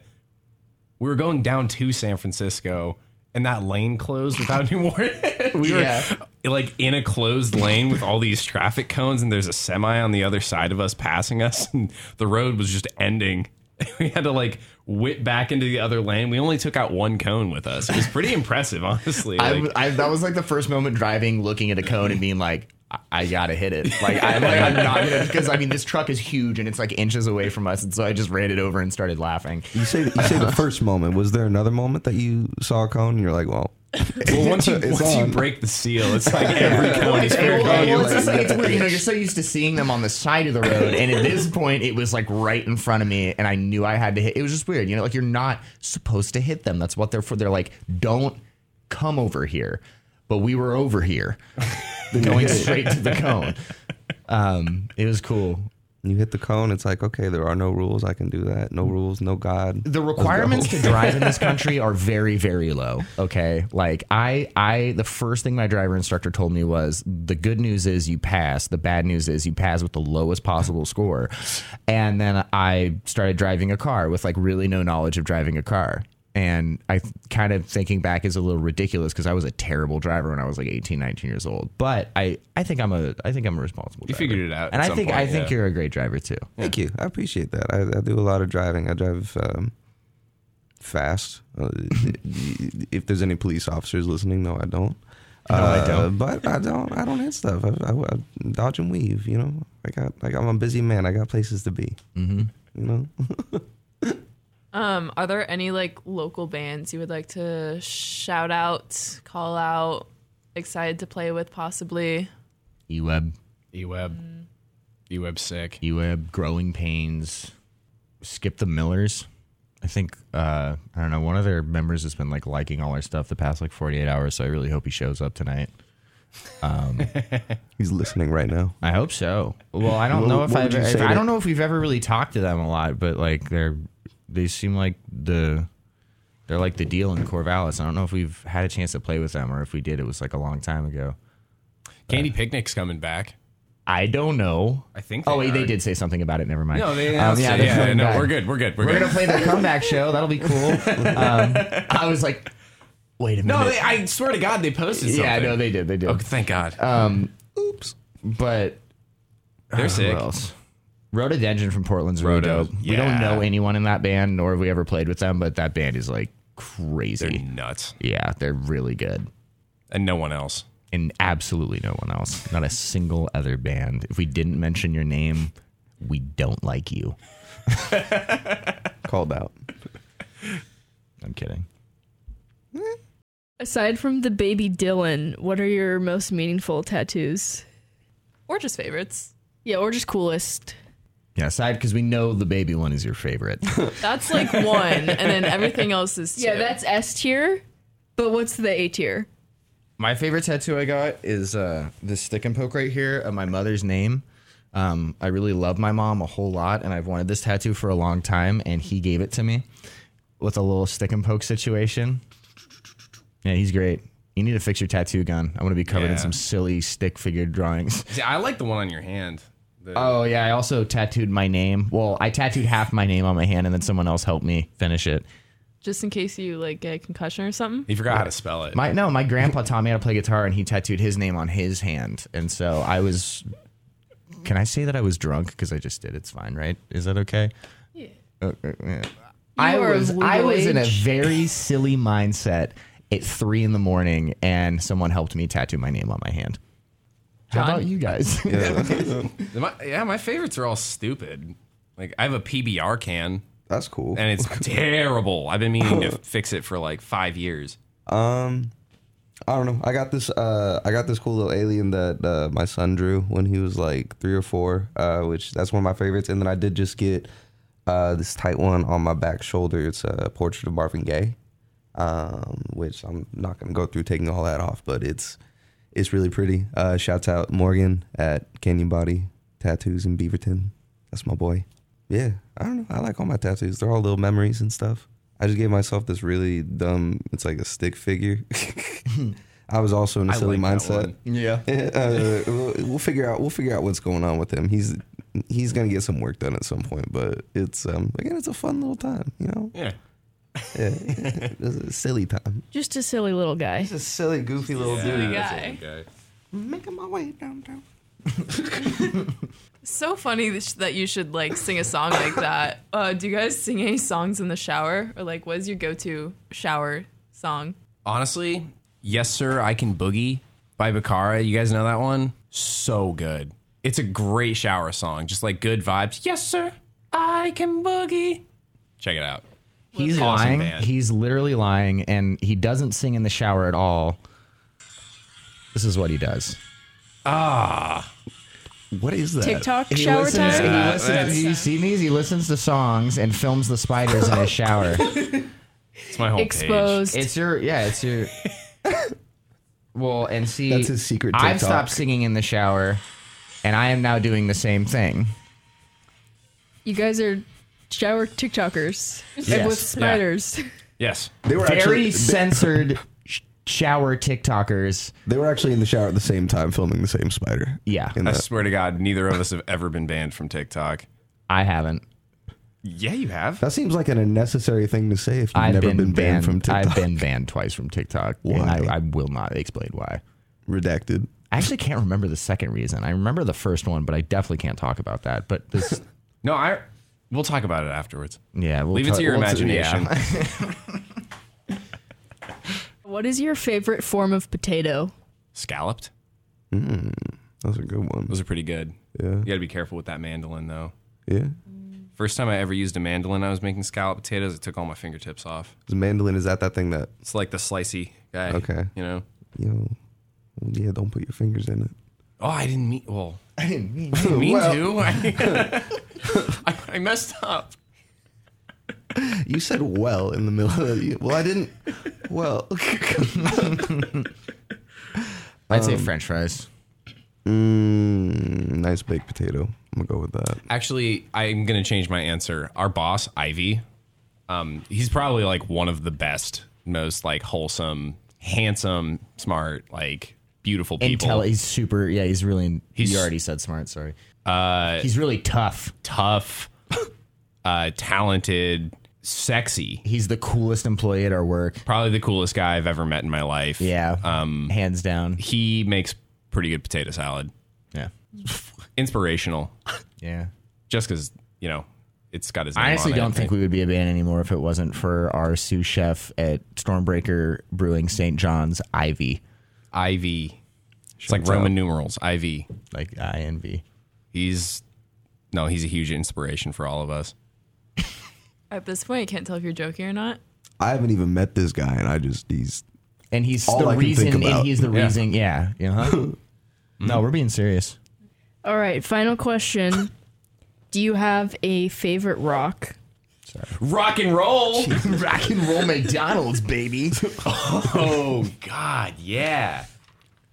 [SPEAKER 4] we were going down to San Francisco, and that lane closed without any warning. we
[SPEAKER 3] Yeah.
[SPEAKER 4] were like in a closed lane with all these traffic cones, and there's a semi on the other side of us passing us, and the road was just ending. We had to like whip back into the other lane. We only took out one cone with us. It was pretty impressive, honestly.
[SPEAKER 3] I,
[SPEAKER 4] Like,
[SPEAKER 3] w- I- that was like the first moment driving, looking at a cone and being like, I- I gotta hit it. Like I'm, like, I'm not gonna because I mean this truck is huge and it's like inches away from us, and so I just ran it over and started laughing.
[SPEAKER 5] You say you say the first moment. Was there another moment that you saw a cone and you're like, well,
[SPEAKER 4] Well, once you
[SPEAKER 5] It's
[SPEAKER 4] once you
[SPEAKER 5] on.
[SPEAKER 4] break the seal, it's like every
[SPEAKER 3] Well,
[SPEAKER 4] cone is
[SPEAKER 3] it's,
[SPEAKER 4] fair
[SPEAKER 3] well,
[SPEAKER 4] game.
[SPEAKER 3] well, it's just like, it's weird. You know, you're so used to seeing them on the side of the road, and at this point, it was like right in front of me, and I knew I had to hit. It was just weird. You know, like you're not supposed to hit them. That's what they're for. They're like, don't come over here. But we were over here, going straight to the cone. Um, it was cool.
[SPEAKER 5] you hit the cone. It's like, okay, there are no rules. I can do that. No rules. No God.
[SPEAKER 3] the requirements to drive in this country are very very low okay like i i the first thing my driver instructor told me was the good news is you pass the bad news is you pass with the lowest possible score and then i started driving a car with like really no knowledge of driving a car and i th- kind of thinking back is a little ridiculous because i was a terrible driver when i was like 18 19 years old but i i think i'm a i think i'm a responsible
[SPEAKER 4] You
[SPEAKER 3] driver.
[SPEAKER 4] figured it out
[SPEAKER 3] and
[SPEAKER 4] at
[SPEAKER 3] i
[SPEAKER 4] some
[SPEAKER 3] think
[SPEAKER 4] point,
[SPEAKER 3] i think
[SPEAKER 4] yeah.
[SPEAKER 3] you're a great driver too
[SPEAKER 5] Thank you. I appreciate that. I, I do a lot of driving. I drive um, fast. Uh, if there's any police officers listening, no, I don't. No, I don't. But I don't. I don't hit stuff. I, I, I dodge and weave. You know, I got. Like I'm a busy man. I got places to be. Mm-hmm. You know.
[SPEAKER 1] Um, are there any like local bands you would like to shout out, call out, excited to play with possibly?
[SPEAKER 3] eweb
[SPEAKER 4] Eweb, Eweb sick.
[SPEAKER 3] Eweb, Growing Pains, Skip the Millers. I think uh, I don't know. One of their members has been like liking all our stuff the past like 48 hours, so I really hope he shows up tonight.
[SPEAKER 5] He's listening right now.
[SPEAKER 3] I hope so. Well, I don't know
[SPEAKER 5] What-
[SPEAKER 3] if
[SPEAKER 5] what
[SPEAKER 3] I've
[SPEAKER 5] would you
[SPEAKER 3] if-
[SPEAKER 5] say
[SPEAKER 3] I
[SPEAKER 5] that-
[SPEAKER 3] don't know if we've ever really talked to them a lot, but like they're they seem like the they're like the deal in Corvallis. I don't know if we've had a chance to play with them or if we did, it was like a long time ago.
[SPEAKER 4] Candy Picnic's coming back.
[SPEAKER 3] I don't know.
[SPEAKER 4] I think.
[SPEAKER 3] oh wait, they
[SPEAKER 4] are.
[SPEAKER 3] did say something about it. Never mind.
[SPEAKER 4] No, they
[SPEAKER 3] Um,
[SPEAKER 4] announced yeah,
[SPEAKER 3] they're
[SPEAKER 4] yeah,
[SPEAKER 3] coming
[SPEAKER 4] no,
[SPEAKER 3] back.
[SPEAKER 4] we're good. We're good. We're,
[SPEAKER 3] We're
[SPEAKER 4] good.
[SPEAKER 3] gonna play their comeback show. That'll be cool. Um, I was like, wait a minute.
[SPEAKER 4] no, they, I swear to God, they posted something.
[SPEAKER 3] yeah, no, they did. They did.
[SPEAKER 4] Oh, thank God.
[SPEAKER 3] Um, oops. But
[SPEAKER 4] They're sick.
[SPEAKER 3] Who else? Rhododendron from Portland's really
[SPEAKER 4] Rhodo,
[SPEAKER 3] dope. We don't
[SPEAKER 4] yeah.
[SPEAKER 3] know anyone in that band, nor have we ever played with them. But that band is like
[SPEAKER 4] They're
[SPEAKER 3] crazy.
[SPEAKER 4] nuts,
[SPEAKER 3] yeah, they're really good.
[SPEAKER 4] and no one else.
[SPEAKER 3] And absolutely no one else. Not a single other band. If we didn't mention your name, we don't like you.
[SPEAKER 5] Called out.
[SPEAKER 3] I'm kidding.
[SPEAKER 2] Aside from the baby Dylan, what are your most meaningful tattoos?
[SPEAKER 1] Or just favorites.
[SPEAKER 2] Yeah, or just coolest.
[SPEAKER 3] Yeah, aside because we know the baby one is your favorite.
[SPEAKER 1] That's like one, and then everything else is two.
[SPEAKER 2] Yeah, that's S tier. But what's the A tier?
[SPEAKER 3] My favorite tattoo I got is uh, this stick and poke right here of my mother's name. Um, I really love my mom a whole lot, and I've wanted this tattoo for a long time, and he gave it to me with a little stick and poke situation. Yeah, he's great. You need to fix your tattoo gun. I'm gonna be covered
[SPEAKER 4] Yeah.
[SPEAKER 3] in some silly stick figure drawings.
[SPEAKER 4] See, I like the one on your hand. The-
[SPEAKER 3] Oh yeah, I also tattooed my name. Well, I tattooed half my name on my hand, and then someone else helped me finish it.
[SPEAKER 1] Just in case you like get a concussion or something.
[SPEAKER 4] he forgot how to spell it.
[SPEAKER 3] My no, my grandpa taught me how to play guitar, and he tattooed his name on his hand, and so I was. Can I say that I was drunk because I just did? It's fine, right? Is that okay? Yeah. yeah. I
[SPEAKER 2] are of
[SPEAKER 3] was I
[SPEAKER 2] legal
[SPEAKER 3] was in a
[SPEAKER 2] age.
[SPEAKER 3] very silly mindset at three in the morning, and someone helped me tattoo my name on my hand. How about you guys?
[SPEAKER 4] My, yeah, my favorites are all stupid. Like I have a PBR can,
[SPEAKER 5] That's cool.
[SPEAKER 4] and it's terrible. I've been meaning to fix it for like five years.
[SPEAKER 5] Um, I don't know. I got this. Uh, I got this cool little alien that uh, my son drew when he was like three or four. Uh, which that's one of my favorites. And then I did just get uh, this tight one on my back shoulder. It's a portrait of Marvin Gaye. Um, which I'm not gonna go through taking all that off, but it's it's really pretty. Uh, shouts out Morgan at Canyon Body Tattoos in Beaverton. That's my boy. Yeah, I don't know. I like all my tattoos. They're all little memories and stuff. I just gave myself this really dumb. It's like a stick figure. I was also in a
[SPEAKER 4] I
[SPEAKER 5] silly
[SPEAKER 4] like that
[SPEAKER 5] mindset.
[SPEAKER 4] one.
[SPEAKER 3] yeah.
[SPEAKER 5] Uh, we'll, we'll figure out. We'll figure out what's going on with him. He's he's gonna get some work done at some point. But it's um again, it's a fun little time. You know,
[SPEAKER 4] Yeah,
[SPEAKER 5] yeah, it's a silly time.
[SPEAKER 2] Just a silly little guy.
[SPEAKER 5] Just a silly, goofy little
[SPEAKER 4] yeah,
[SPEAKER 1] guy.
[SPEAKER 4] that's a good guy.
[SPEAKER 5] Making my way downtown.
[SPEAKER 1] So funny that sh- that you should like sing a song like that. Uh, do you guys sing any songs in the shower, or like what is your go-to shower song?
[SPEAKER 4] Honestly, yes, sir. I can boogie by Bakara. You guys know that one? so good. It's a great shower song, just like good vibes. Yes, sir, I can boogie. Check it out.
[SPEAKER 3] He's
[SPEAKER 4] Awesome
[SPEAKER 3] lying.
[SPEAKER 4] band.
[SPEAKER 3] He's literally lying, and he doesn't sing in the shower at all. This is what he does.
[SPEAKER 5] Ah. What is that?
[SPEAKER 2] TikTok shower
[SPEAKER 3] listens,
[SPEAKER 2] time.
[SPEAKER 3] He listens, you see these? He listens to songs and films the spiders in his shower.
[SPEAKER 4] It's my whole page.
[SPEAKER 2] Exposed.
[SPEAKER 3] It's your yeah. It's your. Well, and see,
[SPEAKER 5] That's his secret
[SPEAKER 3] I've
[SPEAKER 5] TikTok.
[SPEAKER 3] stopped singing in the shower, and I am now doing the same thing.
[SPEAKER 2] You guys are shower TikTokers
[SPEAKER 3] Yes.
[SPEAKER 2] with spiders.
[SPEAKER 4] Yes.
[SPEAKER 5] They were
[SPEAKER 3] Very
[SPEAKER 5] actually they,
[SPEAKER 3] censored sh- shower TikTokers.
[SPEAKER 5] they were actually in the shower at the same time filming the same spider.
[SPEAKER 3] Yeah.
[SPEAKER 5] In
[SPEAKER 4] I
[SPEAKER 5] that-
[SPEAKER 4] swear to God, neither of us have ever been banned from TikTok.
[SPEAKER 3] I haven't.
[SPEAKER 4] Yeah, you have.
[SPEAKER 5] that seems like an unnecessary thing to say if you've
[SPEAKER 3] I've
[SPEAKER 5] never
[SPEAKER 3] been,
[SPEAKER 5] been, banned, from TikTok.
[SPEAKER 3] I've been banned twice from TikTok. and
[SPEAKER 5] Why?
[SPEAKER 3] I, I will not explain why.
[SPEAKER 5] redacted.
[SPEAKER 3] I actually can't remember the second reason. I remember the first one, but I definitely can't talk about that. But this,
[SPEAKER 4] No, I. We'll talk about it afterwards.
[SPEAKER 3] yeah, we'll
[SPEAKER 4] Leave it
[SPEAKER 3] talk-
[SPEAKER 4] to your
[SPEAKER 3] we'll t-
[SPEAKER 4] imagination.
[SPEAKER 3] yeah.
[SPEAKER 2] What is your favorite form of potato?
[SPEAKER 4] Scalloped.
[SPEAKER 5] That was a good one.
[SPEAKER 4] Those are pretty good.
[SPEAKER 5] Yeah.
[SPEAKER 4] You got to be careful with that mandolin though.
[SPEAKER 5] Yeah.
[SPEAKER 4] First time I ever used a mandolin, I was making scallop potatoes. It took all my fingertips off.
[SPEAKER 5] The mandolin is that that thing that
[SPEAKER 4] It's like the slicey guy.
[SPEAKER 5] Okay.
[SPEAKER 4] You know.
[SPEAKER 5] you know. well, Yeah, don't put your fingers in it.
[SPEAKER 4] Oh, I didn't mean. Well, I didn't mean. I didn't mean to. I, I messed up.
[SPEAKER 5] You said well in the middle of the, well, I didn't well
[SPEAKER 3] I'd say French fries.
[SPEAKER 5] mm, nice baked potato. I'm gonna go with that.
[SPEAKER 4] Actually, I'm gonna change my answer. Our boss, Ivy, um, he's probably like one of the best, most like wholesome, handsome, smart, like beautiful people.
[SPEAKER 3] Intel. He's super. Yeah, he's really.
[SPEAKER 4] He's-
[SPEAKER 3] you already said smart. Sorry. Uh, he's really tough.
[SPEAKER 4] tough, uh, talented, sexy.
[SPEAKER 3] He's the coolest employee at our work.
[SPEAKER 4] Probably the coolest guy I've ever met in my life.
[SPEAKER 3] Yeah. Um, hands down.
[SPEAKER 4] He makes pretty good potato salad.
[SPEAKER 3] Yeah.
[SPEAKER 4] Inspirational,
[SPEAKER 3] Yeah.
[SPEAKER 4] just because you know it's got his. Name
[SPEAKER 3] I honestly
[SPEAKER 4] on it,
[SPEAKER 3] don't think we would be a band anymore if it wasn't for our sous chef at Stormbreaker Brewing St. John's, Ivy,
[SPEAKER 4] Ivy. It's like Roman numerals. Ivy.
[SPEAKER 3] like I N V.
[SPEAKER 4] He's no, he's a huge inspiration for all of us.
[SPEAKER 1] At this point, I can't tell if you're joking or not.
[SPEAKER 5] I haven't even met this guy and I just he's
[SPEAKER 3] And he's
[SPEAKER 5] All
[SPEAKER 3] the
[SPEAKER 5] I can think
[SPEAKER 3] reason.
[SPEAKER 5] about.
[SPEAKER 3] And he's the
[SPEAKER 4] Yeah.
[SPEAKER 3] reason. Yeah. You know. no, we're being serious.
[SPEAKER 2] All right, final question. Do you have a favorite rock?
[SPEAKER 4] Rock and roll.
[SPEAKER 3] Rock and roll McDonald's, baby.
[SPEAKER 4] oh God, yeah.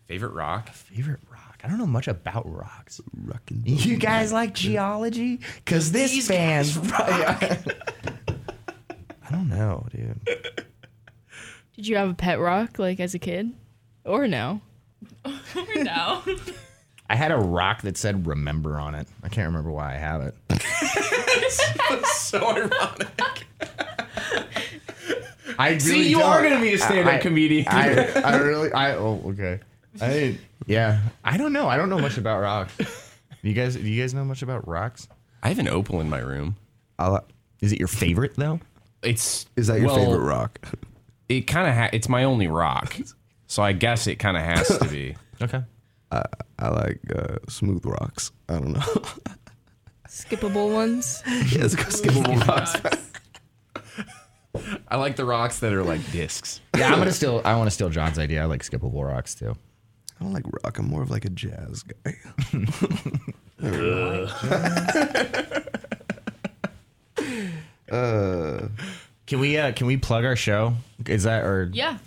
[SPEAKER 4] Favorite rock?
[SPEAKER 3] Favorite rock? I don't know much about rocks.
[SPEAKER 5] rocking.
[SPEAKER 3] You guys like geology? Cause this band's
[SPEAKER 5] I don't know, dude.
[SPEAKER 2] Did you have a pet rock like as a kid? Or no?
[SPEAKER 1] No.
[SPEAKER 3] I had a rock that said "Remember" on it. I can't remember why I have it.
[SPEAKER 4] So ironic.
[SPEAKER 3] I really
[SPEAKER 4] See, you are gonna be a stand-up
[SPEAKER 3] I-
[SPEAKER 4] comedian.
[SPEAKER 3] I, I really I oh okay. I didn't- yeah. I don't know. I don't know much about rocks. You guys, do you guys know much about rocks?
[SPEAKER 4] I have an opal in my room.
[SPEAKER 5] I'll,
[SPEAKER 3] Is it your favorite though?
[SPEAKER 4] It's
[SPEAKER 5] is that your
[SPEAKER 4] well,
[SPEAKER 5] favorite rock?
[SPEAKER 4] It kind of ha- it's my only rock, so I guess it kind of has to be.
[SPEAKER 3] Okay.
[SPEAKER 5] I like uh, smooth rocks. I don't know.
[SPEAKER 2] Skippable ones?
[SPEAKER 5] yeah, let's go skippable rocks.
[SPEAKER 4] I like the rocks that are like discs.
[SPEAKER 3] Yeah, I'm gonna still. I want to steal John's idea. I like skippable rocks too.
[SPEAKER 5] I don't like rock. I'm more of like a jazz guy.
[SPEAKER 3] Can we? Uh, can we plug our show? Is that or
[SPEAKER 1] Yeah.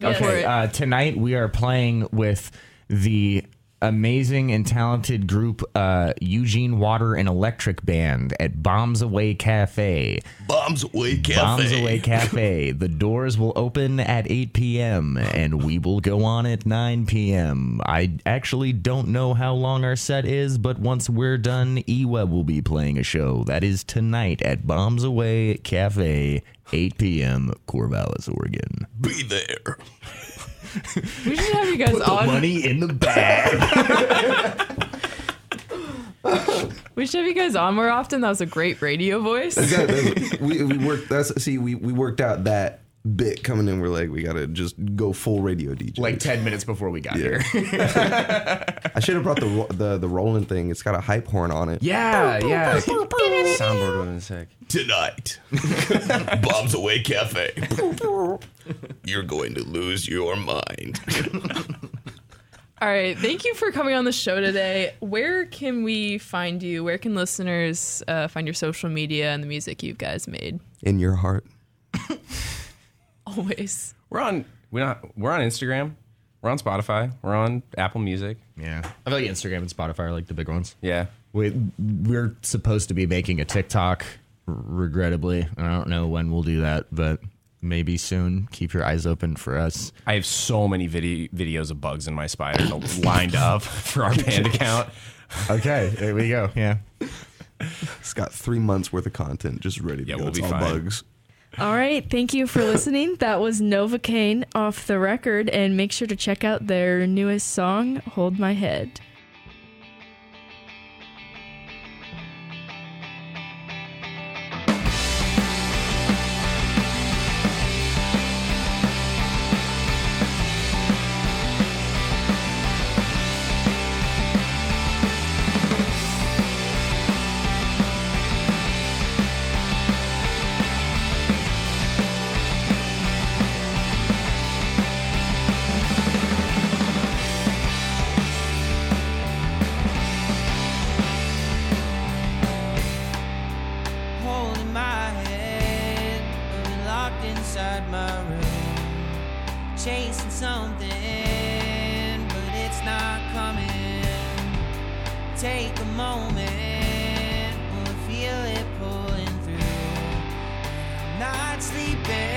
[SPEAKER 1] Go for
[SPEAKER 3] Okay,
[SPEAKER 1] it.
[SPEAKER 3] uh, tonight we are playing with the amazing and talented group uh, Eugene Water and Electric Band at Bombs Away Cafe.
[SPEAKER 5] Bombs away, cafe.
[SPEAKER 3] Bombs Away Cafe. The doors will open at 8 p.m. and we will go on at 9 p.m. I actually don't know how long our set is, but once we're done, Eweb will be playing a show. That is tonight at Bombs Away Cafe, 8 p.m. Corvallis, Oregon.
[SPEAKER 5] Be there.
[SPEAKER 1] We should have you guys on.
[SPEAKER 3] Money in the bag.
[SPEAKER 1] We should have you guys on more often. That was a great radio voice.
[SPEAKER 5] Yeah, that's- we, we worked. That's see, we, we worked out that bit coming in. We're like, we gotta just go full radio DJ.
[SPEAKER 3] like 10 minutes before we got
[SPEAKER 5] Yeah.
[SPEAKER 3] here.
[SPEAKER 5] I should have brought the ro- the the Roland thing. It's got a hype horn on it.
[SPEAKER 4] Yeah, yeah. Soundboard would have been sick.
[SPEAKER 5] Tonight, Bob's Away Cafe. You're going to lose your mind.
[SPEAKER 1] All right. Thank you for coming on the show today. Where can we find you? Where can listeners uh, find your social media and the music you guys made?
[SPEAKER 5] In your heart.
[SPEAKER 1] Always.
[SPEAKER 4] We're on we're on we're on Instagram. We're on Spotify. We're on Apple Music.
[SPEAKER 3] Yeah. I feel like Instagram and Spotify are like the big ones.
[SPEAKER 4] Yeah.
[SPEAKER 3] We, we're supposed to be making a TikTok, r- regrettably. I don't know when we'll do that, but maybe soon. Keep your eyes open for us.
[SPEAKER 4] I have so many video, videos of bugs in my spider lined up for our band account.
[SPEAKER 3] Okay, there we go. Yeah.
[SPEAKER 5] It's got three months worth of content just ready to
[SPEAKER 4] Yeah,
[SPEAKER 5] go.
[SPEAKER 4] we'll
[SPEAKER 5] it's
[SPEAKER 4] be
[SPEAKER 5] all
[SPEAKER 4] fine.
[SPEAKER 5] bugs.
[SPEAKER 2] All right, thank you for listening. That was Nova Kane off the record, and make sure to check out their newest song, Hold My Head.
[SPEAKER 7] hole in my head. I'm locked inside my room, chasing something, but it's not coming. Take a moment, we'll feel it pulling through. I'm not sleeping.